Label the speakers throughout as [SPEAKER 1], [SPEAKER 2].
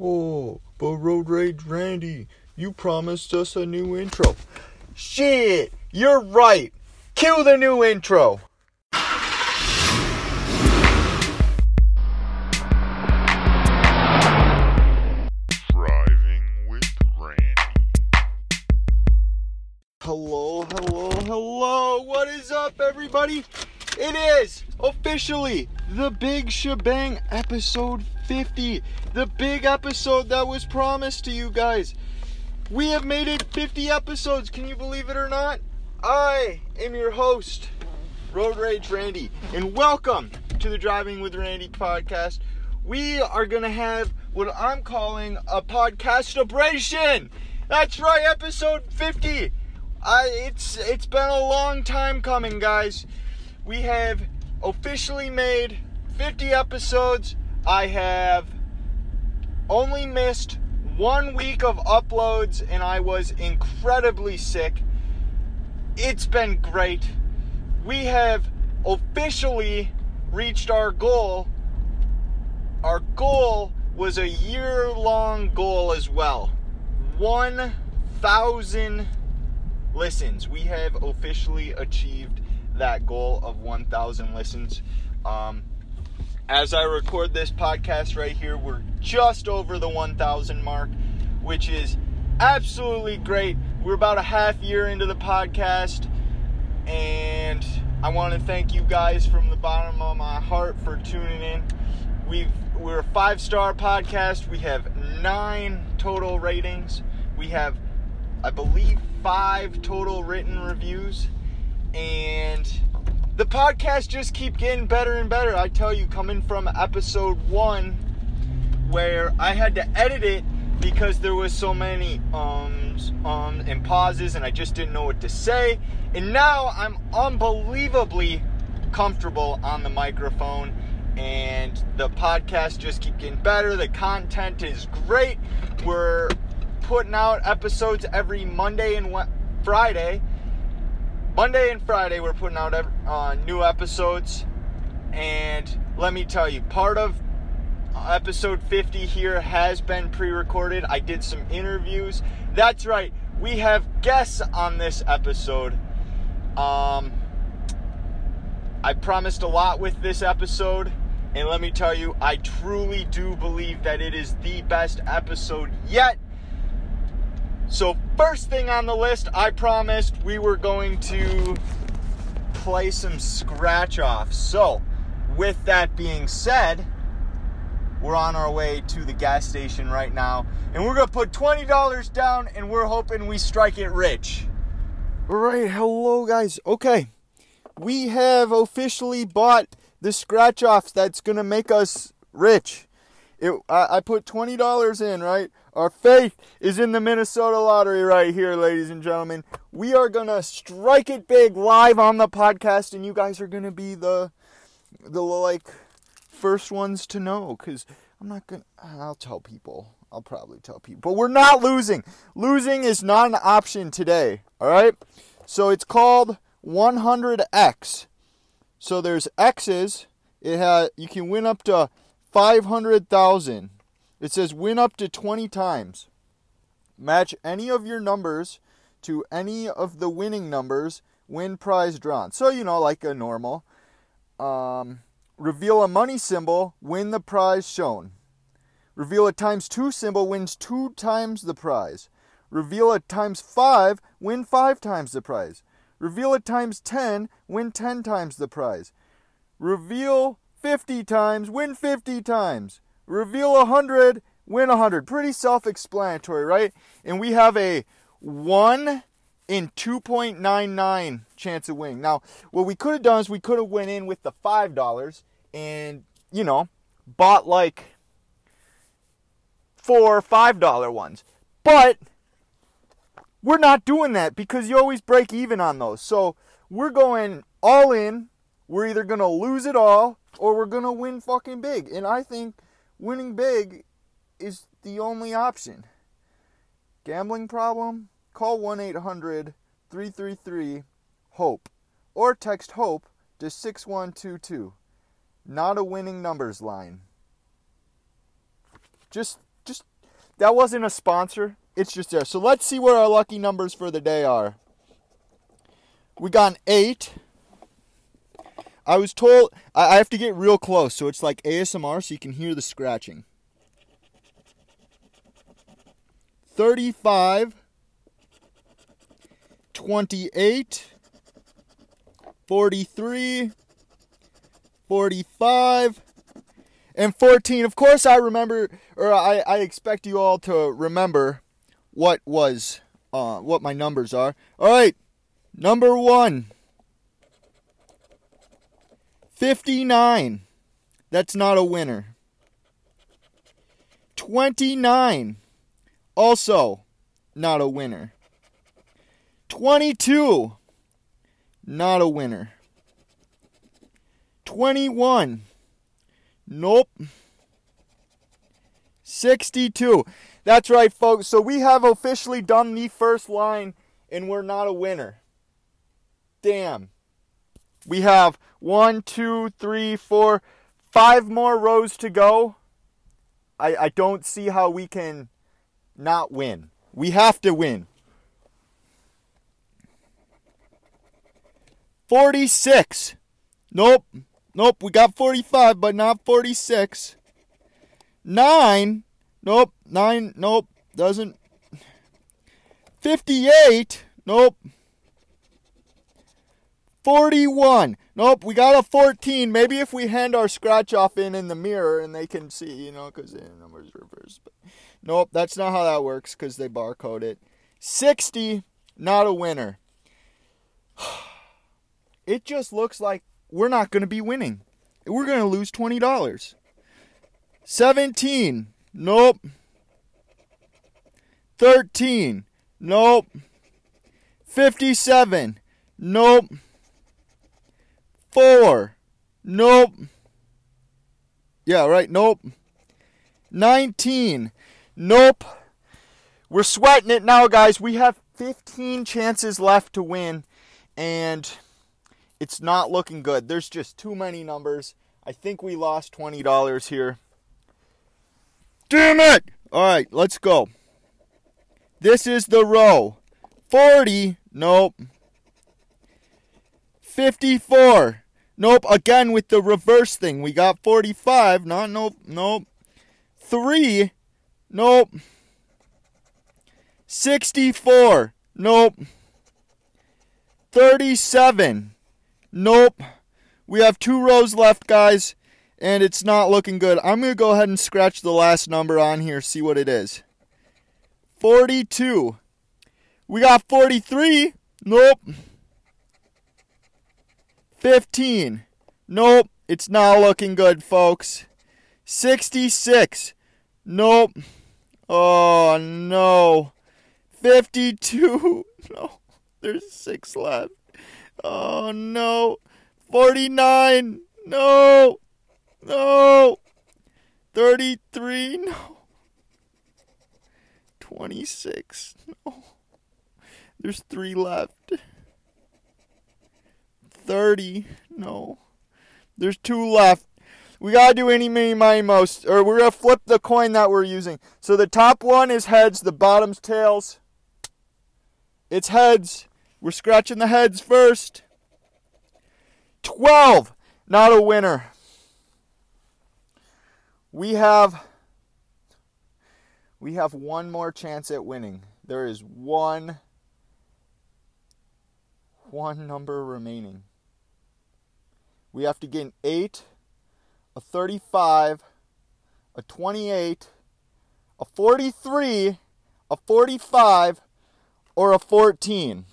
[SPEAKER 1] Oh, road rage Randy, you promised us a new intro. Shit, you're right. Cue the new intro.
[SPEAKER 2] Driving with Randy.
[SPEAKER 1] Hello, hello, hello. What is up, everybody? It is officially the big shebang episode 50. The big episode that was promised to you guys. We have made it 50 episodes. Can you believe it or not? I am your host, Road Rage Randy, and welcome to the Driving with Randy podcast. We are going to have what I'm calling a podcast celebration. That's right, episode 50. I it's it's been a long time coming, guys. We have officially made 50 episodes. I have only missed one week of uploads and I was incredibly sick. It's been great. We have officially reached our goal. Our goal was a year long goal as well 1,000 listens. We have officially achieved that goal of 1,000 listens. Um, as I record this podcast right here, we're just over the 1,000 mark, which is absolutely great. We're about a half year into the podcast, and I want to thank you guys from the bottom of my heart for tuning in. We've we're a five star podcast. We have nine total ratings. We have, I believe, five total written reviews, and the podcast just keep getting better and better. I tell you, coming from episode one, where I had to edit it because there was so many ums, um, and pauses, and I just didn't know what to say. And now I'm unbelievably comfortable on the microphone, and the podcast just keep getting better. The content is great. We're putting out episodes every Monday and Wed- Friday. Monday and Friday, we're putting out ev- uh, new episodes. And let me tell you, part of episode 50 here has been pre recorded. I did some interviews. That's right, we have guests on this episode. Um, I promised a lot with this episode. And let me tell you, I truly do believe that it is the best episode yet. So, first thing on the list, I promised we were going to play some scratch offs. So, with that being said, we're on our way to the gas station right now, and we're gonna put $20 down and we're hoping we strike it rich. All right, hello guys. Okay, we have officially bought the scratch offs that's gonna make us rich. It, I, I put twenty dollars in, right? Our faith is in the Minnesota lottery right here, ladies and gentlemen. We are gonna strike it big live on the podcast, and you guys are gonna be the the like first ones to know because I'm not gonna. I'll tell people. I'll probably tell people. But we're not losing. Losing is not an option today. All right. So it's called 100x. So there's X's. It ha you can win up to 500,000. It says win up to 20 times. Match any of your numbers to any of the winning numbers, win prize drawn. So you know like a normal um, reveal a money symbol, win the prize shown. Reveal a times two symbol wins two times the prize. Reveal a times five, win five times the prize. Reveal a times ten, win ten times the prize. Reveal 50 times, win 50 times. Reveal 100, win 100. Pretty self explanatory, right? And we have a 1 in 2.99 chance of winning. Now, what we could have done is we could have went in with the $5 and, you know, bought like four $5 ones. But we're not doing that because you always break even on those. So we're going all in. We're either going to lose it all or we're going to win fucking big. And I think winning big is the only option. Gambling problem? Call 1 800 333 HOPE E or text HOPE E to 6122. Not a winning numbers line. Just, just, That wasn't a sponsor. It's just there. So let's see what our lucky numbers for the day are. We got an eight. I was told I I have to get real close, so it's like ASMR, so you can hear the scratching. 35, 28, 43, 45, and 14. Of course, I remember, or I, I expect you all to remember what was, uh, what my numbers are. All right, number one. 59. That's not a winner. 29. Also not a winner. 22. Not a winner. 21. Nope. 62. That's right, folks. So we have officially done the first line and we're not a winner. Damn. We have one, two, three, four, five more rows to go. I, I don't see how we can not win. We have to win. 46. Nope. Nope. We got 45, but not 46. 9. Nope. 9. Nope. Doesn't. 58. Nope. 41. Nope, we got a 14. Maybe if we hand our scratch off in in the mirror and they can see, you know, because the numbers reversed. But nope, that's not how that works because they barcode it. 60, not a winner. It just looks like we're not going to be winning. We're going to lose $20. 17, nope. 13, nope. 57, nope. Four. Nope. Yeah, right. Nope. 19. Nope. We're sweating it now, guys. We have 15 chances left to win, and it's not looking good. There's just too many numbers. I think we lost $20 here. Damn it! All right, let's go. This is the row 40. Nope. 54. Nope, again with the reverse thing. We got 45. Not nope, nope. 3. Nope. 64. Nope. 37. Nope. We have two rows left, guys, and it's not looking good. I'm going to go ahead and scratch the last number on here, see what it is. 42. We got 43. Nope. 15. Nope, it's not looking good, folks. 66. Nope. Oh, no. 52. No, there's six left. Oh, no. 49. No. No. 33. No. 26. No. There's three left. 30. No. There's two left. We gotta do any, mini, miny, most, or we're gonna flip the coin that we're using. So the top one is heads, the bottom's tails. It's heads. We're scratching the heads first. 12. Not a winner. We have we have one more chance at winning. There is one one number remaining. We have to get an 8, a 35, a 28, a 43, a 45, or a 14.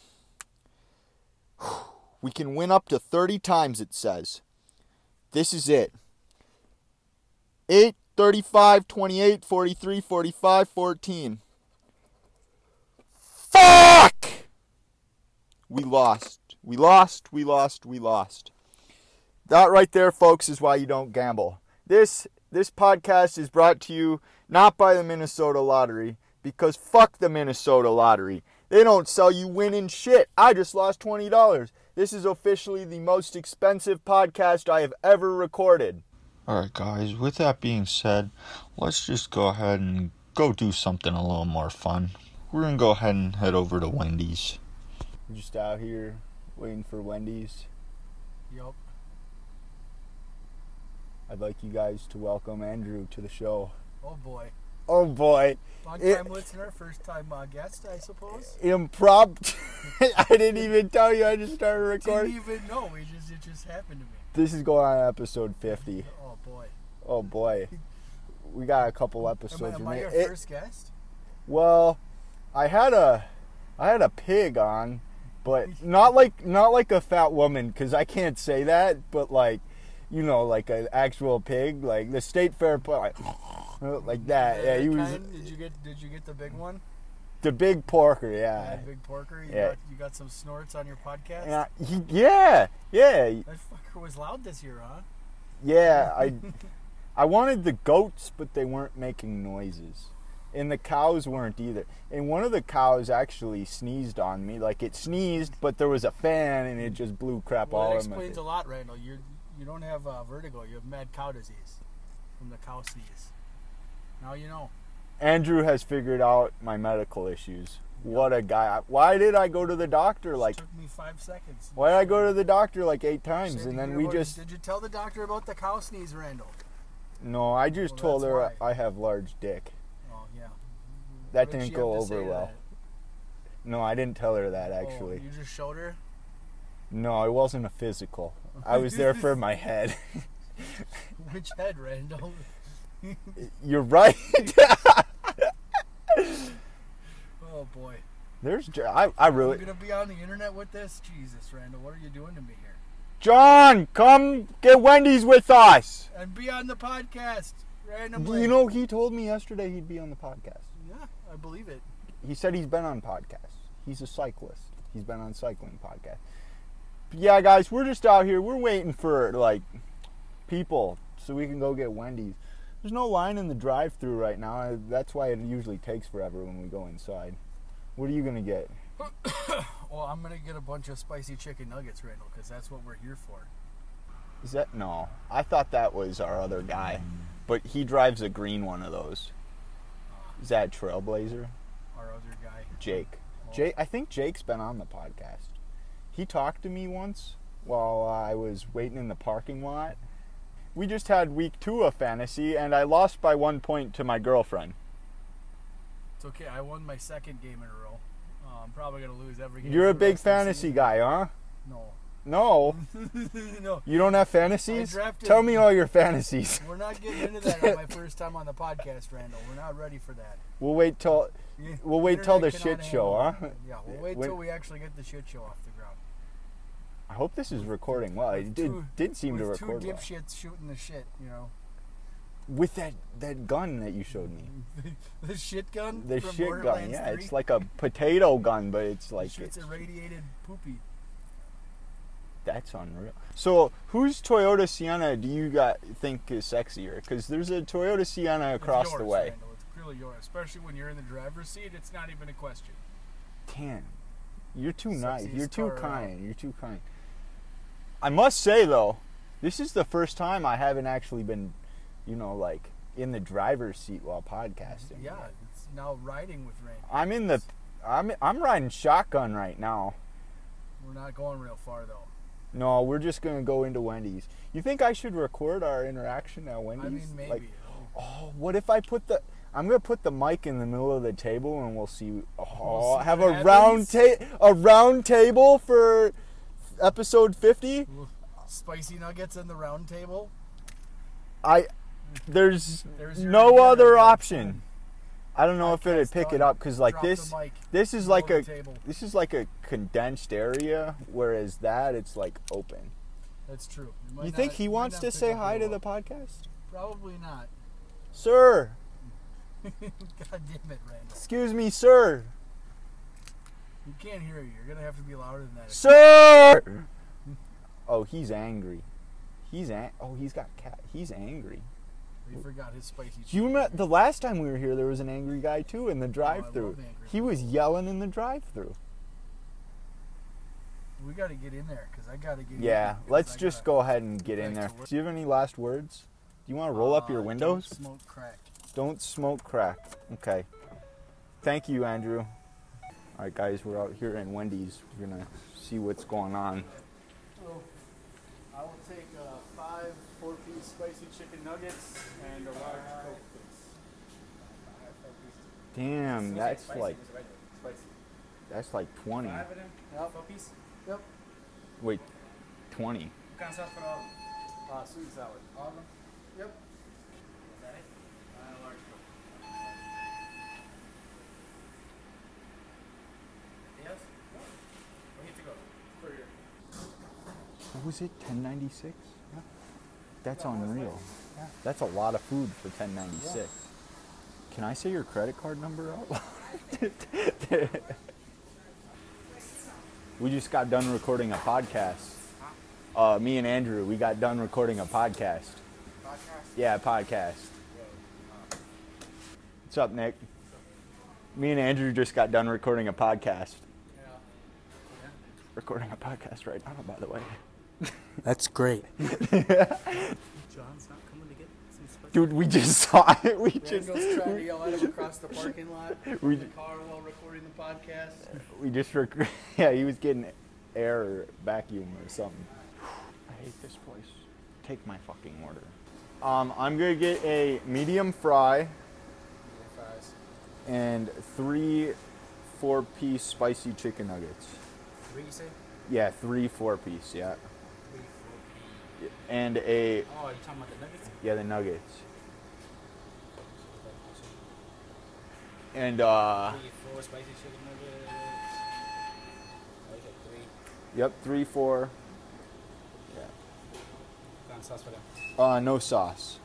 [SPEAKER 1] We can win up to 30 times, it says. This is it. 8, 35, 28, 43, 45, 14. Fuck! We lost. We lost. We lost. We lost. That right there, folks, is why you don't gamble. This this podcast is brought to you not by the Minnesota Lottery because fuck the Minnesota Lottery. They don't sell you winning shit. I just lost twenty dollars. This is officially the most expensive podcast I have ever recorded.
[SPEAKER 3] Alright, guys, with that being said, let's just go ahead and go
[SPEAKER 1] go do something a little more fun. We're gonna go ahead and head over to Wendy's. Just out here waiting for Wendy's.
[SPEAKER 3] Yup.
[SPEAKER 1] I'd like you guys to welcome Andrew to the show.
[SPEAKER 3] Oh boy.
[SPEAKER 1] Oh boy,
[SPEAKER 3] Long
[SPEAKER 1] It-
[SPEAKER 3] time listener, first time uh, guest, I suppose.
[SPEAKER 1] impromptu! I didn't even tell you I just started recording.
[SPEAKER 3] Didn't even know. It just it just happened to me.
[SPEAKER 1] This is going on episode 50.
[SPEAKER 3] Oh boy.
[SPEAKER 1] Oh boy, we got a couple
[SPEAKER 3] Am I,
[SPEAKER 1] episodes.
[SPEAKER 3] am I
[SPEAKER 1] remaining.
[SPEAKER 3] your
[SPEAKER 1] It-
[SPEAKER 3] first guest?
[SPEAKER 1] Well, I had a, I had a pig on, but not like not like a fat woman because I can't say that. But like, you know, like an actual pig, like the state fair, put like, like that. Yeah, he was
[SPEAKER 3] Kind? Did you get Did you get the big one?
[SPEAKER 1] the big porker.
[SPEAKER 3] Yeah,
[SPEAKER 1] Yeah,
[SPEAKER 3] big porker. You
[SPEAKER 1] Uh, Yeah.
[SPEAKER 3] got you got some snorts on your podcast.
[SPEAKER 1] yeah, he- yeah, yeah.
[SPEAKER 3] That fucker was loud this year, huh?
[SPEAKER 1] yeah I, I wanted the goats, but they weren't making noises. And the cows weren't either. And one of the cows actually sneezed on me. Like it sneezed, but there was a fan, and it just blew crap
[SPEAKER 3] Well,
[SPEAKER 1] all
[SPEAKER 3] that
[SPEAKER 1] in my face.
[SPEAKER 3] explains a lot, Randall. You you don't have uh, vertigo. You have mad cow disease from the cow sneeze. Now you know.
[SPEAKER 1] Andrew has figured out my medical issues. What a guy! Why did I go to the doctor like?
[SPEAKER 3] took me five seconds.
[SPEAKER 1] Why did I go to the doctor like eight times,
[SPEAKER 3] Said
[SPEAKER 1] and
[SPEAKER 3] to
[SPEAKER 1] then
[SPEAKER 3] you,
[SPEAKER 1] we
[SPEAKER 3] "What-
[SPEAKER 1] just
[SPEAKER 3] Did you tell the doctor about the cow sneeze, Randall?
[SPEAKER 1] no. I just
[SPEAKER 3] Well,
[SPEAKER 1] told
[SPEAKER 3] that's
[SPEAKER 1] her I have large dick.
[SPEAKER 3] Oh yeah.
[SPEAKER 1] That
[SPEAKER 3] What did she
[SPEAKER 1] didn't
[SPEAKER 3] have
[SPEAKER 1] go
[SPEAKER 3] to say
[SPEAKER 1] over
[SPEAKER 3] to
[SPEAKER 1] well.
[SPEAKER 3] that?
[SPEAKER 1] No, I didn't tell her that
[SPEAKER 3] Oh,
[SPEAKER 1] actually.
[SPEAKER 3] you just showed her.
[SPEAKER 1] No, it wasn't a physical. I was there for my head.
[SPEAKER 3] Which head, Randall?
[SPEAKER 1] You're right.
[SPEAKER 3] Oh boy.
[SPEAKER 1] There's Jo- I, I
[SPEAKER 3] You're
[SPEAKER 1] really
[SPEAKER 3] gonna be on the internet with this? Jesus, Randall, what are you doing to me here?
[SPEAKER 1] John, come get Wendy's with us.
[SPEAKER 3] And be on the podcast randomly.
[SPEAKER 1] You know he told me yesterday he'd be on the podcast.
[SPEAKER 3] Yeah, I believe it.
[SPEAKER 1] He said he's been on podcasts. He's a cyclist. He's been on cycling podcasts. But yeah, guys, we're just out here. We're waiting for like people so we can go get Wendy's. There's no line in the drive-through right now. That's why it usually takes forever when we go inside. What are you gonna get?
[SPEAKER 3] Well, I'm gonna get a bunch of spicy chicken nuggets, Randall, because that's what we're here for.
[SPEAKER 1] Is that no? I thought that was our other guy, but he drives a green one of those. Is that Trailblazer
[SPEAKER 3] Our other guy.
[SPEAKER 1] Jake? Jake, I think Jake's been on the podcast. He talked to me once while I was waiting in the parking lot. We just had week two of fantasy, and I lost by one point to my girlfriend.
[SPEAKER 3] It's okay. I won my second game in a row. Uh, I'm probably gonna lose every game.
[SPEAKER 1] You're
[SPEAKER 3] for
[SPEAKER 1] a
[SPEAKER 3] the
[SPEAKER 1] big
[SPEAKER 3] rest of the
[SPEAKER 1] fantasy
[SPEAKER 3] season.
[SPEAKER 1] guy, huh?
[SPEAKER 3] No,
[SPEAKER 1] No,
[SPEAKER 3] no.
[SPEAKER 1] you don't have fantasies.
[SPEAKER 3] drafted-
[SPEAKER 1] Tell me all your fantasies.
[SPEAKER 3] We're not getting into that on my first time on the podcast, Randall. We're not ready for that.
[SPEAKER 1] We'll wait till
[SPEAKER 3] Yeah,
[SPEAKER 1] we'll wait till the
[SPEAKER 3] internet
[SPEAKER 1] shit
[SPEAKER 3] cannot
[SPEAKER 1] show,
[SPEAKER 3] handle
[SPEAKER 1] huh?
[SPEAKER 3] it. Yeah, we'll wait
[SPEAKER 1] When-
[SPEAKER 3] till we actually get the shit show off the ground.
[SPEAKER 1] I hope this is recording well. It
[SPEAKER 3] With
[SPEAKER 1] did,
[SPEAKER 3] two-
[SPEAKER 1] did seem to
[SPEAKER 3] With two
[SPEAKER 1] record well.
[SPEAKER 3] dipshits shooting the shit, you know,
[SPEAKER 1] With that, that gun that you showed me.
[SPEAKER 3] the shit gun.
[SPEAKER 1] The
[SPEAKER 3] Mm-hmm. from
[SPEAKER 1] shit gun,
[SPEAKER 3] Borderlands
[SPEAKER 1] yeah.
[SPEAKER 3] 3.
[SPEAKER 1] It's like a potato gun, but it's like.
[SPEAKER 3] shoots
[SPEAKER 1] it's-
[SPEAKER 3] irradiated poopy.
[SPEAKER 1] that's unreal. So, whose Toyota Sienna do you got think is sexier? Because there's a Toyota Sienna
[SPEAKER 3] It's
[SPEAKER 1] across the
[SPEAKER 3] yours,
[SPEAKER 1] way.
[SPEAKER 3] Randall. It's clearly yours, especially when you're in the driver's seat. It's not even a question.
[SPEAKER 1] Damn. You're too nice.
[SPEAKER 3] Sexiest
[SPEAKER 1] You're too
[SPEAKER 3] car around.
[SPEAKER 1] kind. You're too kind. I must say, though, this is the first time I haven't actually been, you know, like in the driver's seat while podcasting.
[SPEAKER 3] Yeah, it's now riding with Randall.
[SPEAKER 1] I'm in the I'm I'm riding shotgun right now.
[SPEAKER 3] We're not going real far though.
[SPEAKER 1] No, we're just gonna go into Wendy's. You think I should record our interaction at Wendy's?
[SPEAKER 3] I mean, maybe.
[SPEAKER 1] Like, oh, what if I put the I'm gonna put the mic in the middle of the table and we'll see. Oh,
[SPEAKER 3] We'll see
[SPEAKER 1] have
[SPEAKER 3] what
[SPEAKER 1] a round
[SPEAKER 3] happens.
[SPEAKER 1] ta- a round table for episode fifty.
[SPEAKER 3] Spicy nuggets in the round table.
[SPEAKER 1] I there's,
[SPEAKER 3] There's your
[SPEAKER 1] no
[SPEAKER 3] idea
[SPEAKER 1] other
[SPEAKER 3] right there.
[SPEAKER 1] option. I don't know if
[SPEAKER 3] Podcast
[SPEAKER 1] it'd pick it
[SPEAKER 3] done.
[SPEAKER 1] up because like
[SPEAKER 3] Drop the
[SPEAKER 1] this
[SPEAKER 3] mic.
[SPEAKER 1] this is
[SPEAKER 3] Below
[SPEAKER 1] like
[SPEAKER 3] the
[SPEAKER 1] a
[SPEAKER 3] table.
[SPEAKER 1] this is like a condensed area, whereas that it's like open.
[SPEAKER 3] That's true. might
[SPEAKER 1] You think
[SPEAKER 3] not-
[SPEAKER 1] he
[SPEAKER 3] might
[SPEAKER 1] wants
[SPEAKER 3] not
[SPEAKER 1] to
[SPEAKER 3] pick
[SPEAKER 1] say
[SPEAKER 3] up
[SPEAKER 1] hi to
[SPEAKER 3] real
[SPEAKER 1] the
[SPEAKER 3] well.
[SPEAKER 1] podcast?
[SPEAKER 3] Probably not.
[SPEAKER 1] Sir,
[SPEAKER 3] God damn it, Randall.
[SPEAKER 1] excuse me, sir.
[SPEAKER 3] You can't hear you. You're gonna have to be louder than that.
[SPEAKER 1] Sir! Oh, he's angry. He's an- oh, he's got cat. He's angry.
[SPEAKER 3] We forgot his spicy.
[SPEAKER 1] Do you
[SPEAKER 3] chicken.
[SPEAKER 1] remember the last time we were here there was an angry guy too in the drive-through.
[SPEAKER 3] Oh, love angry
[SPEAKER 1] he was yelling in the drive-through.
[SPEAKER 3] We gotta get in there because I gotta get. in
[SPEAKER 1] Yeah,
[SPEAKER 3] there, 'cause
[SPEAKER 1] let's
[SPEAKER 3] I
[SPEAKER 1] just
[SPEAKER 3] gotta-
[SPEAKER 1] go ahead and get in
[SPEAKER 3] back
[SPEAKER 1] there.
[SPEAKER 3] to work.
[SPEAKER 1] Do you have any last words? Do you want to roll up
[SPEAKER 3] Uh,
[SPEAKER 1] your
[SPEAKER 3] don't
[SPEAKER 1] windows?
[SPEAKER 3] Smoke crack.
[SPEAKER 1] Don't smoke crack. Okay. Thank you, Andrew. All right, guys, we're out here in Wendy's. We're gonna see what's going on.
[SPEAKER 3] I will take uh, five four-piece spicy chicken nuggets and a large Coke, please.
[SPEAKER 1] Damn, Um, that's like
[SPEAKER 3] Spicy.
[SPEAKER 1] that's like 20.
[SPEAKER 4] Five of them?
[SPEAKER 3] Yep.
[SPEAKER 4] Four piece?
[SPEAKER 3] Yep.
[SPEAKER 1] Wait, 20.
[SPEAKER 4] What kind of sauce for all?
[SPEAKER 3] Uh, sweet and sour.
[SPEAKER 4] All of them?
[SPEAKER 3] Yep.
[SPEAKER 4] Is that it? Uh, large Coke. Anything else? No. We need to go. Courier.
[SPEAKER 1] What was it? 1096? Yeah. That's unreal. That's a lot of food for 1096. Can I say your credit card number out loud? we just got done recording a podcast. Uh, me and Andrew, we got done recording a podcast.
[SPEAKER 4] Podcast?
[SPEAKER 1] Yeah, podcast. What's up, Nick? Me and Andrew just got done recording a podcast. Recording a podcast right now, by the way.
[SPEAKER 3] That's great.
[SPEAKER 4] John's not coming to get some spice.
[SPEAKER 1] Dude, we just saw it. We just
[SPEAKER 3] Randall's trying to
[SPEAKER 1] we-
[SPEAKER 3] yell at him across the parking lot
[SPEAKER 1] We
[SPEAKER 3] in the
[SPEAKER 1] ju-
[SPEAKER 3] car while recording the podcast.
[SPEAKER 1] We just rec- yeah, he was getting air or vacuum or something. I hate this place. Take my fucking order. Um, I'm gonna get a medium fry
[SPEAKER 3] Fries.
[SPEAKER 1] and three four-piece spicy chicken nuggets.
[SPEAKER 4] What you say?
[SPEAKER 1] Yeah, three four-piece. Yeah,
[SPEAKER 4] Three, four piece.
[SPEAKER 1] and a
[SPEAKER 4] Oh, you talking about the nuggets?
[SPEAKER 1] yeah the nuggets and uh
[SPEAKER 4] Three, four spicy chicken nuggets. I like it, three.
[SPEAKER 1] yep three four.
[SPEAKER 4] What kind of sauce for them?
[SPEAKER 1] Uh, no sauce.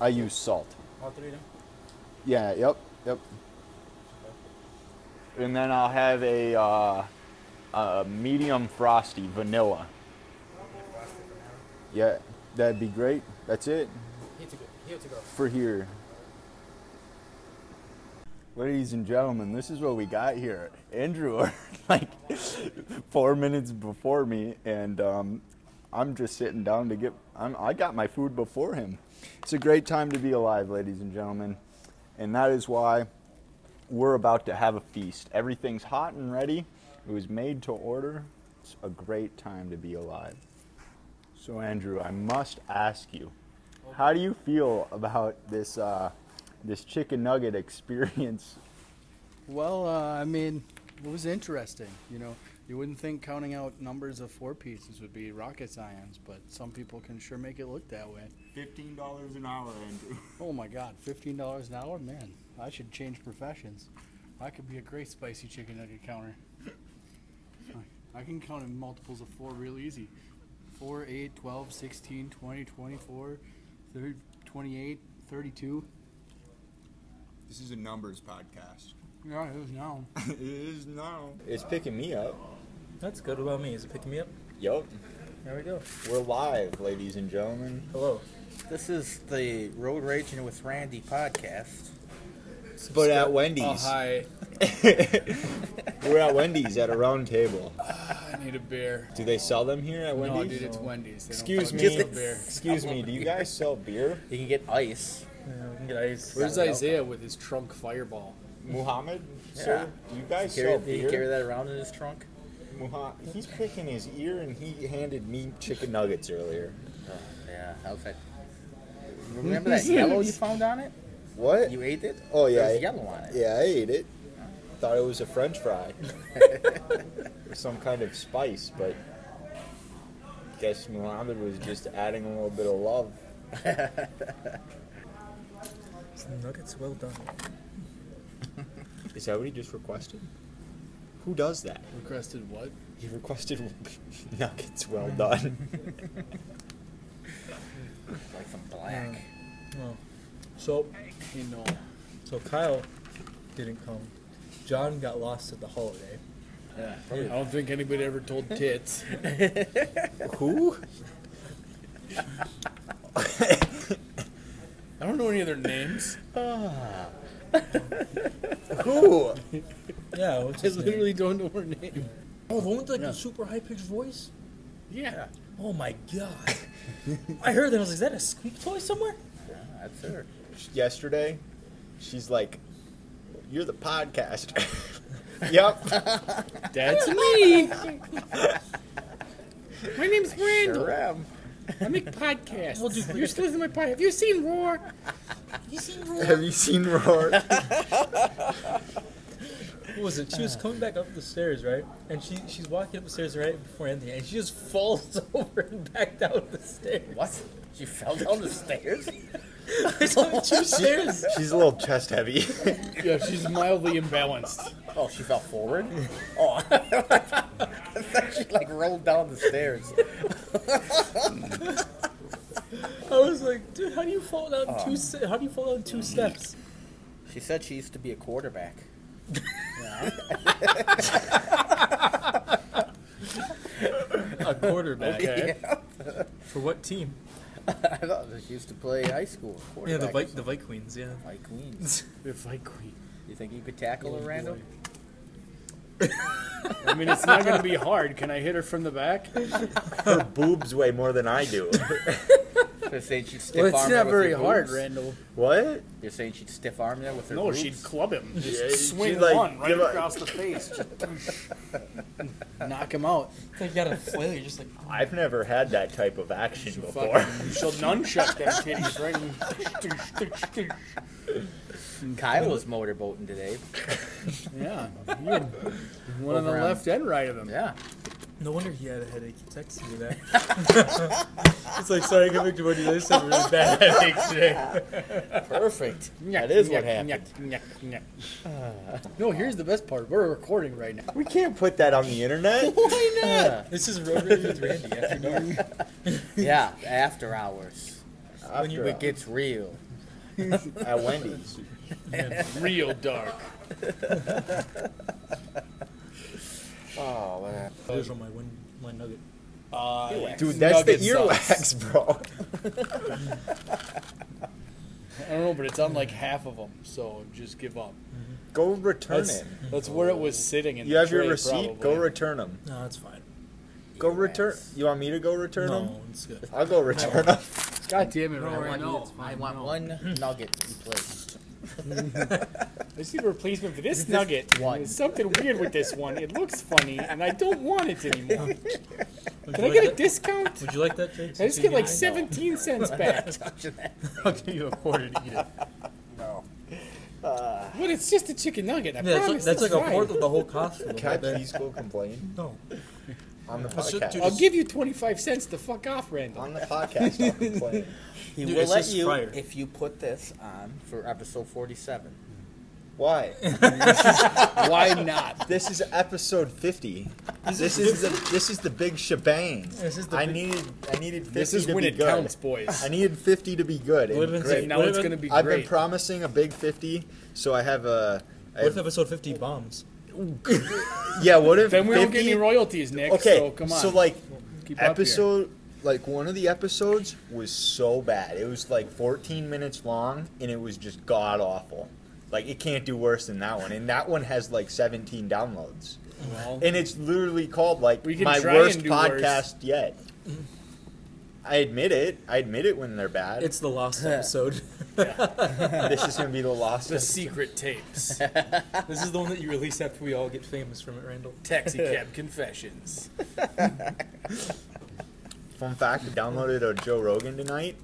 [SPEAKER 1] I use salt.
[SPEAKER 4] All three of them?
[SPEAKER 1] Yeah, yep, yep. And then I'll have a, uh, a medium frosty vanilla. Yeah, that'd be great. That's it
[SPEAKER 4] Here to go. Here to go.
[SPEAKER 1] for here. Ladies and gentlemen, this is what we got here. Andrew, ordered, like four minutes before me, and um, I'm just sitting down to get. I'm, I got my food before him. It's a great time to be alive, ladies and gentlemen, and that is why we're about to have a feast. Everything's hot and ready. It was made to order. It's a great time to be alive. So, Andrew, I must ask you, how do you feel about this uh, this chicken nugget experience?
[SPEAKER 3] Well, uh, I mean, it was interesting. You know, you wouldn't think counting out numbers of four pieces would be rocket science, but some people can sure make it look that way.
[SPEAKER 1] Fifteen dollars an hour, Andrew.
[SPEAKER 3] Oh my God, fifteen dollars an hour, man! I should change professions. I could be a great spicy chicken nugget counter. I- I can count in multiples of four real easy. 4, 8, 12, 16, 20, 24, 30, 28, 32.
[SPEAKER 1] This is a numbers podcast.
[SPEAKER 3] Yeah, it was now.
[SPEAKER 1] it is now. It's picking me up.
[SPEAKER 4] That's good. What about me? Is it picking me up?
[SPEAKER 1] Yep,
[SPEAKER 4] There we go.
[SPEAKER 1] we're live, ladies and gentlemen.
[SPEAKER 4] Hello. This is the Road Raging with Randy podcast.
[SPEAKER 1] But at Wendy's,
[SPEAKER 3] Oh, hi.
[SPEAKER 1] we're at Wendy's at a round table.
[SPEAKER 3] I need a beer.
[SPEAKER 1] Do they sell them here at Wendy's?
[SPEAKER 3] No, dude, it's Wendy's. They don't
[SPEAKER 1] Excuse
[SPEAKER 3] fucking
[SPEAKER 1] me.
[SPEAKER 3] sell beer.
[SPEAKER 1] Excuse me. Do you guys sell beer?
[SPEAKER 4] You can get ice. Yeah, we can get ice.
[SPEAKER 3] Where's Isaiah with his trunk fireball?
[SPEAKER 1] Muhammad, sir, do you guys
[SPEAKER 4] Carry,
[SPEAKER 1] sell
[SPEAKER 4] did he carry
[SPEAKER 1] beer?
[SPEAKER 4] that around in his trunk?
[SPEAKER 1] Muhammad, he's picking his ear, and he handed me chicken nuggets earlier.
[SPEAKER 4] Yeah, how's that? Remember that yellow you found on it?
[SPEAKER 1] What?
[SPEAKER 4] You ate it?
[SPEAKER 1] Oh yeah,
[SPEAKER 4] There's
[SPEAKER 1] I-
[SPEAKER 4] yellow on it.
[SPEAKER 1] yeah, I ate it. Thought it was a French fry, Or some kind of spice, but guess Muhammad was just adding a little bit of love.
[SPEAKER 4] Nuggets well done.
[SPEAKER 1] Is that what he just requested? Who does that?
[SPEAKER 3] Requested what?
[SPEAKER 1] He requested nuggets well done.
[SPEAKER 4] Like some black.
[SPEAKER 5] Oh. So,
[SPEAKER 3] You know.
[SPEAKER 5] so Kyle didn't come. John got lost at the holiday.
[SPEAKER 3] I don't think anybody ever told tits.
[SPEAKER 1] Who?
[SPEAKER 3] I don't know any other names.
[SPEAKER 1] Who?
[SPEAKER 5] Yeah, what's
[SPEAKER 3] I
[SPEAKER 5] his name?
[SPEAKER 3] literally don't know her name.
[SPEAKER 5] Oh, the one with like
[SPEAKER 3] Yeah.
[SPEAKER 5] the super high pitched voice.
[SPEAKER 3] Yeah.
[SPEAKER 5] Oh my god! I heard that. I was like, is that a squeak toy somewhere?
[SPEAKER 4] That's her.
[SPEAKER 1] Yesterday, She's like, "You're the podcaster." yep.
[SPEAKER 3] That's me. My name's
[SPEAKER 4] Sure am.
[SPEAKER 3] I make podcasts. You're still listening to my podcast. Have you seen Roar?
[SPEAKER 1] Have you seen Roar?
[SPEAKER 5] What was it? She was coming back up the stairs, right? And she she's walking up the stairs right before Anthony, and she just falls over and back down the stairs.
[SPEAKER 4] What? She fell down the stairs?
[SPEAKER 5] There's only two stairs.
[SPEAKER 1] She's a little chest heavy.
[SPEAKER 3] Yeah, she's mildly imbalanced.
[SPEAKER 4] Oh, she fell forward? Oh, I thought she like rolled down the stairs.
[SPEAKER 5] I was like, dude, how do you fall down two? Se- how do you fall down two steps?
[SPEAKER 4] She said she used to be a quarterback.
[SPEAKER 5] A quarterback.
[SPEAKER 3] Okay.
[SPEAKER 5] For what team?
[SPEAKER 4] I thought she used to play high school
[SPEAKER 5] Yeah,
[SPEAKER 4] quarterback.
[SPEAKER 5] the Vic, the Vic Queens. Yeah.
[SPEAKER 4] Like Queens.
[SPEAKER 3] If I queen.
[SPEAKER 4] You think you could tackle her, Randall?
[SPEAKER 3] I mean, it's not going to be hard. Can I hit her from the back?
[SPEAKER 1] Her boobs weigh more than I do.
[SPEAKER 4] They're saying she'd stiff
[SPEAKER 3] Well, it's
[SPEAKER 4] arm her
[SPEAKER 3] not
[SPEAKER 4] with
[SPEAKER 3] very
[SPEAKER 4] your
[SPEAKER 3] hard,
[SPEAKER 4] boobs?
[SPEAKER 3] Randall.
[SPEAKER 1] what?
[SPEAKER 4] You're saying she'd stiff arm there with her
[SPEAKER 3] No,
[SPEAKER 4] boobs?
[SPEAKER 3] she'd club him. Just
[SPEAKER 1] Yeah,
[SPEAKER 3] swing
[SPEAKER 1] she'd, like,
[SPEAKER 3] one right
[SPEAKER 1] give a-
[SPEAKER 3] across the face. Just knock him out.
[SPEAKER 5] Like you got a flail. You're just like, "Oh."
[SPEAKER 1] I've never had that type of action before.
[SPEAKER 3] Fucking- She'll nunchuck them titties right in.
[SPEAKER 4] Kyle was motorboating today.
[SPEAKER 3] Yeah. You had one on the
[SPEAKER 4] Over on-
[SPEAKER 3] left and right of him.
[SPEAKER 4] Yeah.
[SPEAKER 5] no wonder he had a headache. He texted me that. it's like, sorry, I got back to work. today. I just had a really bad headache today.
[SPEAKER 4] Perfect.
[SPEAKER 3] Nyuk,
[SPEAKER 4] That is what
[SPEAKER 3] nyuk,
[SPEAKER 4] happened.
[SPEAKER 3] nyuk, nyuk, nyuk. No, here's the best part. We're recording right now.
[SPEAKER 1] We can't put that on the internet.
[SPEAKER 4] Why not?
[SPEAKER 5] This is road rage with Randy after dark.
[SPEAKER 4] Yeah, after hours.
[SPEAKER 1] After
[SPEAKER 4] When it gets real.
[SPEAKER 1] at Wendy's.
[SPEAKER 3] Real dark.
[SPEAKER 4] Oh, man.
[SPEAKER 5] Those are my one, my nugget.
[SPEAKER 3] Uh,
[SPEAKER 1] Dude, that's the
[SPEAKER 3] nugget
[SPEAKER 1] earwax,
[SPEAKER 3] sauce.
[SPEAKER 1] bro.
[SPEAKER 3] I don't know, but it's on like half of them, so just give up.
[SPEAKER 1] Go return
[SPEAKER 3] That's,
[SPEAKER 1] it.
[SPEAKER 3] that's where it was sitting. In
[SPEAKER 1] You
[SPEAKER 3] the
[SPEAKER 1] have your
[SPEAKER 3] tray,
[SPEAKER 1] receipt. Go
[SPEAKER 3] probably.
[SPEAKER 1] return them.
[SPEAKER 5] No, that's fine.
[SPEAKER 1] Go return. You want me to go return them?
[SPEAKER 5] No, it's good.
[SPEAKER 1] I'll go return them.
[SPEAKER 3] God damn it,
[SPEAKER 4] I
[SPEAKER 3] Ryan,
[SPEAKER 4] want,
[SPEAKER 3] no.
[SPEAKER 4] I want one nugget replaced.
[SPEAKER 3] I just need a replacement for this nugget.
[SPEAKER 4] one.
[SPEAKER 3] There's something weird with this one. It looks funny, and I don't want it anymore.
[SPEAKER 5] Would
[SPEAKER 3] Can I
[SPEAKER 5] you like
[SPEAKER 3] get a
[SPEAKER 5] that?
[SPEAKER 3] discount?
[SPEAKER 5] Would you like that, Jake?
[SPEAKER 3] I just get like 17 cents back.
[SPEAKER 5] I'll give you a quarter to eat it.
[SPEAKER 3] But it's just a chicken nugget. I
[SPEAKER 5] Yeah, that's like,
[SPEAKER 3] promise.
[SPEAKER 5] that's like
[SPEAKER 3] it's
[SPEAKER 5] a
[SPEAKER 3] fine.
[SPEAKER 5] fourth of the whole cost of the
[SPEAKER 1] Can I
[SPEAKER 5] whole thing.
[SPEAKER 1] please go complain
[SPEAKER 5] No.
[SPEAKER 1] on the
[SPEAKER 5] Let's just do
[SPEAKER 1] podcast?
[SPEAKER 3] I'll give you 25 cents to fuck off, Randall.
[SPEAKER 1] On the podcast, I'll complain.
[SPEAKER 4] He
[SPEAKER 5] Dude,
[SPEAKER 4] will
[SPEAKER 5] it's
[SPEAKER 4] let
[SPEAKER 5] just
[SPEAKER 4] you
[SPEAKER 5] fire.
[SPEAKER 4] if you put this on for episode 47.
[SPEAKER 1] Why?
[SPEAKER 3] Why not?
[SPEAKER 1] This is episode fifty. This is the this is the big shebang.
[SPEAKER 5] This is the
[SPEAKER 1] I
[SPEAKER 5] big-
[SPEAKER 1] needed I needed fifty
[SPEAKER 3] This is
[SPEAKER 1] to
[SPEAKER 3] when
[SPEAKER 1] be
[SPEAKER 3] it
[SPEAKER 1] good.
[SPEAKER 3] counts, boys.
[SPEAKER 1] I needed fifty to be good. and
[SPEAKER 5] Would've been
[SPEAKER 1] great.
[SPEAKER 5] great.
[SPEAKER 3] Now it's
[SPEAKER 5] Would've
[SPEAKER 3] going to be
[SPEAKER 1] I've
[SPEAKER 3] great.
[SPEAKER 1] been promising a big fifty, so I have a. I
[SPEAKER 5] What if
[SPEAKER 1] have,
[SPEAKER 5] episode 50 bombs?
[SPEAKER 1] yeah, what if
[SPEAKER 3] then we don't
[SPEAKER 1] 50?
[SPEAKER 3] get any royalties, Nick.
[SPEAKER 1] Okay,
[SPEAKER 3] so come on.
[SPEAKER 1] So like
[SPEAKER 3] Keep up here.
[SPEAKER 1] episode, like one of the episodes was so bad. It was like 14 minutes long, and it was just god awful. Like it can't do worse than that one, and that one has like 17 downloads,
[SPEAKER 3] Well,
[SPEAKER 1] and it's literally called like
[SPEAKER 3] We can
[SPEAKER 1] my
[SPEAKER 3] try
[SPEAKER 1] worst
[SPEAKER 3] and do worse.
[SPEAKER 1] podcast yet. I admit it. I admit it when they're bad.
[SPEAKER 5] It's the lost episode.
[SPEAKER 1] this is gonna be the lost.
[SPEAKER 3] the secret tapes.
[SPEAKER 5] this is the one that you release after we all get famous from it, Randall.
[SPEAKER 3] Taxi cab confessions.
[SPEAKER 1] Fun fact: I downloaded a Joe Rogan tonight,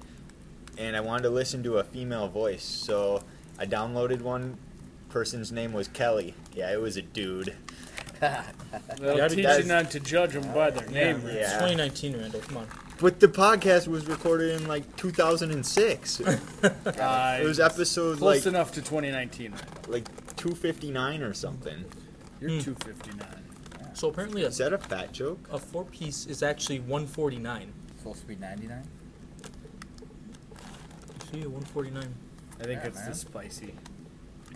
[SPEAKER 1] and I wanted to listen to a female voice, so I downloaded one. Person's name was Kelly. Yeah, it was a dude.
[SPEAKER 3] Well,
[SPEAKER 5] Yeah,
[SPEAKER 3] teach you
[SPEAKER 1] that's-
[SPEAKER 3] not to judge them by their name.
[SPEAKER 5] Yeah.
[SPEAKER 3] Randall.
[SPEAKER 1] Yeah.
[SPEAKER 5] 2019, Randall. Come on.
[SPEAKER 1] But the podcast was recorded in like 2006.
[SPEAKER 3] Uh,
[SPEAKER 1] It was episode
[SPEAKER 3] close
[SPEAKER 1] like
[SPEAKER 3] enough to 2019.
[SPEAKER 1] like 259 or something.
[SPEAKER 3] You're 259.
[SPEAKER 5] So apparently a,
[SPEAKER 1] Is that a fat joke?
[SPEAKER 5] a four piece is actually 149.
[SPEAKER 4] Supposed to be 99?
[SPEAKER 5] See, 149.
[SPEAKER 3] I think
[SPEAKER 4] Yeah,
[SPEAKER 3] it's the
[SPEAKER 4] man.
[SPEAKER 3] spicy.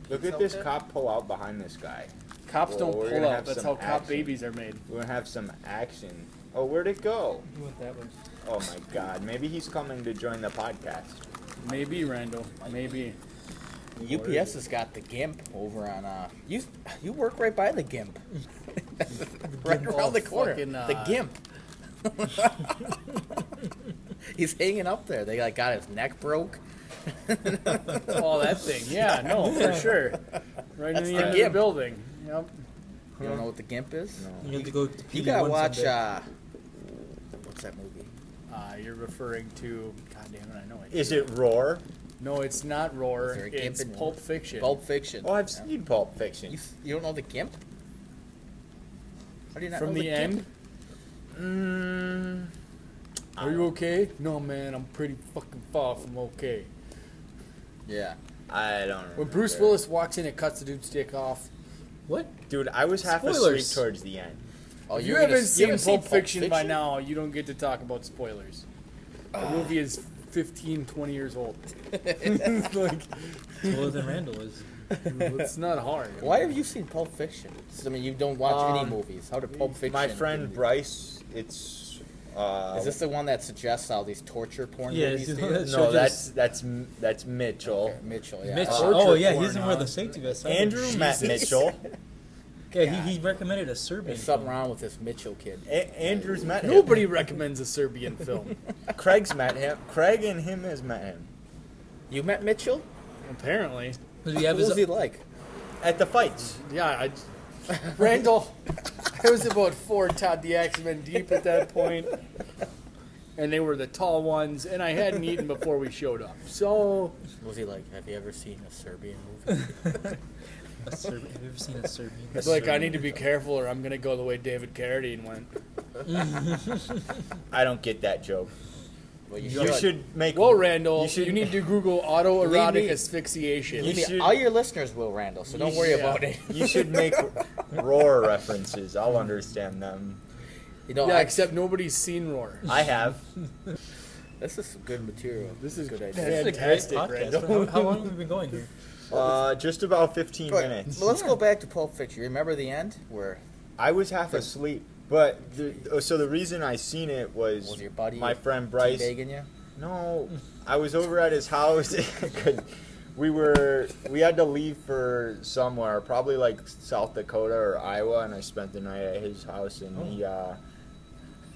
[SPEAKER 1] Look at this cop pull out behind this guy.
[SPEAKER 3] Cops
[SPEAKER 1] Well,
[SPEAKER 3] don't
[SPEAKER 1] we're
[SPEAKER 3] pull
[SPEAKER 1] gonna
[SPEAKER 3] out.
[SPEAKER 1] have
[SPEAKER 3] That's
[SPEAKER 1] some
[SPEAKER 3] how cop
[SPEAKER 1] action.
[SPEAKER 3] babies are made.
[SPEAKER 1] We're gonna have some action. Oh, where'd it go?
[SPEAKER 5] You went that way.
[SPEAKER 1] Oh my god, maybe he's coming to join the podcast.
[SPEAKER 3] Maybe Randall. Maybe.
[SPEAKER 4] UPS has got the GIMP over on. Uh, you you work right by the GIMP. right
[SPEAKER 3] GIMP.
[SPEAKER 4] around the
[SPEAKER 3] Oh,
[SPEAKER 4] corner.
[SPEAKER 3] fucking,
[SPEAKER 4] the
[SPEAKER 3] uh,
[SPEAKER 4] GIMP. He's hanging up there. They like got his neck broke.
[SPEAKER 3] Oh, that thing. Yeah, no, for sure. Right in
[SPEAKER 4] That's
[SPEAKER 3] the
[SPEAKER 4] the
[SPEAKER 3] end of the
[SPEAKER 4] gimp.
[SPEAKER 3] building. Yep.
[SPEAKER 4] You don't know what the gimp is? No.
[SPEAKER 5] You need to go. To
[SPEAKER 4] You
[SPEAKER 5] PD
[SPEAKER 4] gotta
[SPEAKER 5] one
[SPEAKER 4] watch.
[SPEAKER 5] someday.
[SPEAKER 4] Uh, what's that movie?
[SPEAKER 3] Uh, you're referring to. God damn it, I know it.
[SPEAKER 1] Is it Roar?
[SPEAKER 3] No, it's not Roar.
[SPEAKER 4] Is there a gimp
[SPEAKER 3] It's
[SPEAKER 4] in Roar?
[SPEAKER 3] Pulp Fiction.
[SPEAKER 4] Pulp Fiction.
[SPEAKER 1] Oh, I've seen Pulp Fiction.
[SPEAKER 4] You, you don't know the gimp? How do you not
[SPEAKER 3] From
[SPEAKER 4] know
[SPEAKER 3] Oh, the,
[SPEAKER 4] the, Gimp?
[SPEAKER 3] end. Mm, Are you okay? No, man, I'm pretty fucking far from okay.
[SPEAKER 4] Yeah.
[SPEAKER 1] I don't.
[SPEAKER 3] When
[SPEAKER 1] remember.
[SPEAKER 3] Bruce Willis walks in and cuts the dude's dick off.
[SPEAKER 5] What?
[SPEAKER 1] Dude, I was half
[SPEAKER 5] Spoilers.
[SPEAKER 1] asleep towards the end.
[SPEAKER 4] Oh,
[SPEAKER 3] If
[SPEAKER 4] you're
[SPEAKER 3] you
[SPEAKER 4] gonna-
[SPEAKER 3] haven't seen
[SPEAKER 4] haven't
[SPEAKER 3] Pulp Fiction, Ah. by now, you don't get to talk about spoilers. The movie is 15, 20 years old. It's like,
[SPEAKER 5] It's Lower than Randall is.
[SPEAKER 3] it's not hard.
[SPEAKER 4] Why have you seen Pulp Fiction? I mean, you don't watch any
[SPEAKER 1] Um,
[SPEAKER 4] movies. How did Pulp Fiction?
[SPEAKER 1] My friend
[SPEAKER 4] Bryce.
[SPEAKER 1] Bryce, it's. Uh,
[SPEAKER 4] Is this the one that suggests all these torture porn
[SPEAKER 5] Yeah,
[SPEAKER 4] movies?
[SPEAKER 5] it's the
[SPEAKER 4] to
[SPEAKER 5] one
[SPEAKER 4] you?
[SPEAKER 5] that-
[SPEAKER 1] no,
[SPEAKER 5] so
[SPEAKER 1] that's
[SPEAKER 5] just-
[SPEAKER 1] that's M- that's Mitchell.
[SPEAKER 4] Okay, Mitchell. Yeah.
[SPEAKER 5] Mitch.
[SPEAKER 4] Uh,
[SPEAKER 5] oh
[SPEAKER 1] Torture
[SPEAKER 5] yeah, he
[SPEAKER 1] porn,
[SPEAKER 5] doesn't wear the safety vest. either.
[SPEAKER 1] Andrew Matt Mitchell.
[SPEAKER 5] Yeah, he, he recommended a Serbian.
[SPEAKER 4] there's something
[SPEAKER 5] film.
[SPEAKER 4] wrong with this Mitchell kid.
[SPEAKER 1] A- Andrew's met him.
[SPEAKER 3] Nobody recommends a Serbian film.
[SPEAKER 1] Craig's met him. Craig and him has met him
[SPEAKER 4] You met Mitchell?
[SPEAKER 3] Apparently.
[SPEAKER 5] Does he have
[SPEAKER 4] what was
[SPEAKER 5] his
[SPEAKER 4] he like?
[SPEAKER 1] at the fights.
[SPEAKER 3] Yeah, I. Randall, I was about four Todd the Axemen deep at that point, and they were the tall ones, and I hadn't eaten before we showed up. So
[SPEAKER 4] Was he like? Have you ever seen a Serbian movie?
[SPEAKER 5] a Serbian? Have you ever seen a Serbian?
[SPEAKER 3] it's like I need to be careful, or I'm gonna go the way David Carradine went.
[SPEAKER 1] I don't get that joke.
[SPEAKER 4] Well,
[SPEAKER 1] You should make.
[SPEAKER 3] Well, Randall, you,
[SPEAKER 1] You should-
[SPEAKER 3] need to Google autoerotic
[SPEAKER 4] me-
[SPEAKER 3] asphyxiation.
[SPEAKER 4] Believe me,
[SPEAKER 1] should-
[SPEAKER 4] all your listeners will Randall, so don't worry
[SPEAKER 3] Yeah.
[SPEAKER 4] about it.
[SPEAKER 1] You should make roar references. I'll understand them.
[SPEAKER 4] You know,
[SPEAKER 3] yeah,
[SPEAKER 4] I-
[SPEAKER 3] except nobody's seen Roar.
[SPEAKER 1] I have.
[SPEAKER 4] this is some good material.
[SPEAKER 3] This is
[SPEAKER 4] good idea.
[SPEAKER 5] This is a great
[SPEAKER 3] Fantastic,
[SPEAKER 5] podcast.
[SPEAKER 3] Randall.
[SPEAKER 5] How, how long have we been going here?
[SPEAKER 1] Uh, just about 15
[SPEAKER 4] But-
[SPEAKER 1] minutes.
[SPEAKER 4] Well, let's go back to Pulp Fiction. Remember the end where
[SPEAKER 1] I was half asleep, but the, oh, so the reason I seen it was,
[SPEAKER 4] Was your buddy
[SPEAKER 1] my friend Bryce.
[SPEAKER 4] teabagging you?
[SPEAKER 1] No, I was over at his house 'cause we were we had to leave for somewhere, probably like South Dakota or Iowa, and I spent the night at his house. And he, uh,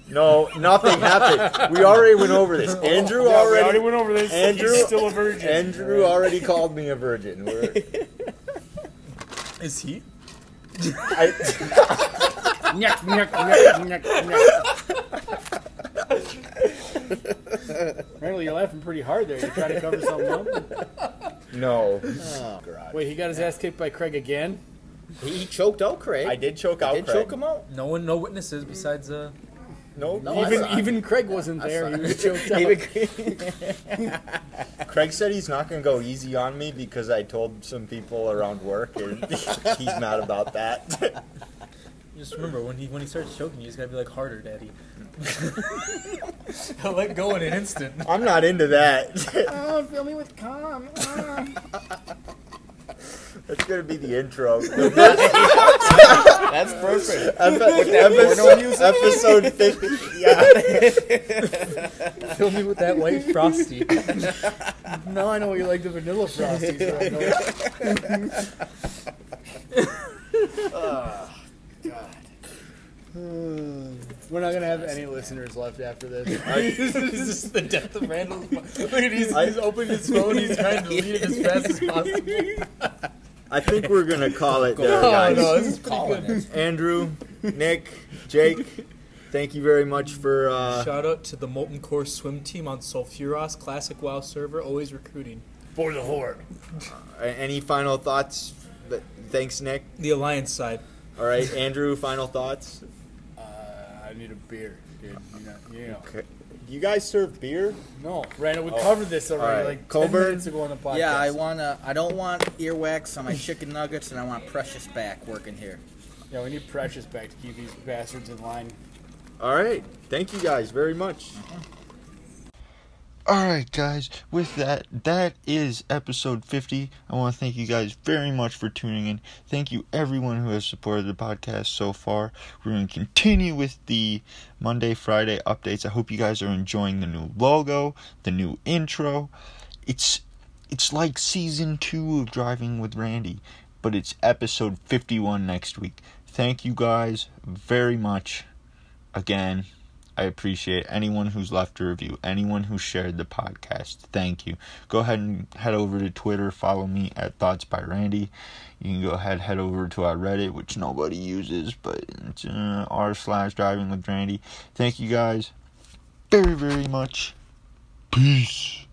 [SPEAKER 1] no, nothing happened. We already went over this. Andrew
[SPEAKER 3] Yeah, we
[SPEAKER 1] already,
[SPEAKER 3] already went over this.
[SPEAKER 1] Andrew
[SPEAKER 3] He's still a virgin.
[SPEAKER 1] Andrew already called me a virgin. We're,
[SPEAKER 5] Is he?
[SPEAKER 1] I,
[SPEAKER 3] Nyuk, nyuk, nyuk, nyuk, nyuk. Randall, you're laughing pretty hard there. You trying to cover something up?
[SPEAKER 1] no,
[SPEAKER 3] Wait, he got his ass kicked by Craig again?
[SPEAKER 4] He, he choked out Craig.
[SPEAKER 1] I did choke out.
[SPEAKER 4] Did
[SPEAKER 1] Craig.
[SPEAKER 4] choke him out.
[SPEAKER 5] No one, no witnesses besides uh.
[SPEAKER 1] No,
[SPEAKER 4] No, I
[SPEAKER 3] even
[SPEAKER 4] saw it.
[SPEAKER 3] even Craig wasn't
[SPEAKER 4] I
[SPEAKER 3] there.
[SPEAKER 4] saw
[SPEAKER 3] He
[SPEAKER 4] it.
[SPEAKER 3] was choked out.
[SPEAKER 4] Even-
[SPEAKER 1] Craig said he's not gonna go easy on me because I told some people around work, and he's mad about that.
[SPEAKER 5] Just remember when he when he starts choking, you just gotta be like harder, daddy. He'll let go in an instant.
[SPEAKER 1] I'm not into that.
[SPEAKER 3] Oh, fill me with calm.
[SPEAKER 1] That's gonna be the intro.
[SPEAKER 4] That's perfect.
[SPEAKER 1] episode, episode fifty. Yeah.
[SPEAKER 5] Fill me with that white frosty.
[SPEAKER 3] now I know what you like the vanilla frosties. Randall. Ah, We're not gonna have any listeners left after this.
[SPEAKER 5] this is the death of Randall's. Look at he's,
[SPEAKER 1] I-
[SPEAKER 5] he's opened his phone. He's trying to delete it as fast as possible.
[SPEAKER 1] I think we're gonna call it there,
[SPEAKER 5] Oh
[SPEAKER 1] guys.
[SPEAKER 5] no, this is
[SPEAKER 4] Calling
[SPEAKER 5] pretty good.
[SPEAKER 4] it.
[SPEAKER 1] Andrew, Nick, Jake, thank you very much for. Uh,
[SPEAKER 5] Shout out to the Molten Core swim team on Sulfuros Classic WoW server, always recruiting.
[SPEAKER 3] For the whore.
[SPEAKER 1] any final thoughts? But Thanks, Nick.
[SPEAKER 5] The Alliance side.
[SPEAKER 1] All right, Andrew. Final thoughts.
[SPEAKER 3] Uh, I need a beer, dude. You know, you know.
[SPEAKER 1] Okay. You guys serve beer?
[SPEAKER 3] No, Randall, we covered this already
[SPEAKER 1] All right.
[SPEAKER 3] like ten
[SPEAKER 1] Colburn?
[SPEAKER 3] minutes ago on the podcast.
[SPEAKER 4] yeah, I wanna. I don't want earwax on my chicken nuggets, and I want Precious back working here.
[SPEAKER 3] Yeah, we need Precious back to keep these bastards in line.
[SPEAKER 1] All right. Thank you guys very much.
[SPEAKER 6] All right, guys, with that, that is episode 50. I want to thank you guys very much for tuning in. Thank you, everyone who has supported the podcast so far. We're going to continue with the Monday, Friday updates. I hope you guys are enjoying the new logo, the new intro. It's it's like season 2 of Driving with Randy, but it's episode 51 next week. Thank you guys very much again.
[SPEAKER 1] I appreciate anyone who's left a review, anyone who shared the podcast. Thank you. Go ahead and head over to Twitter. Follow me at Thoughts by Randy. You can go ahead head over to our Reddit, which nobody uses, but it's uh, r slash Driving with Randy. Thank you guys very very much. Peace.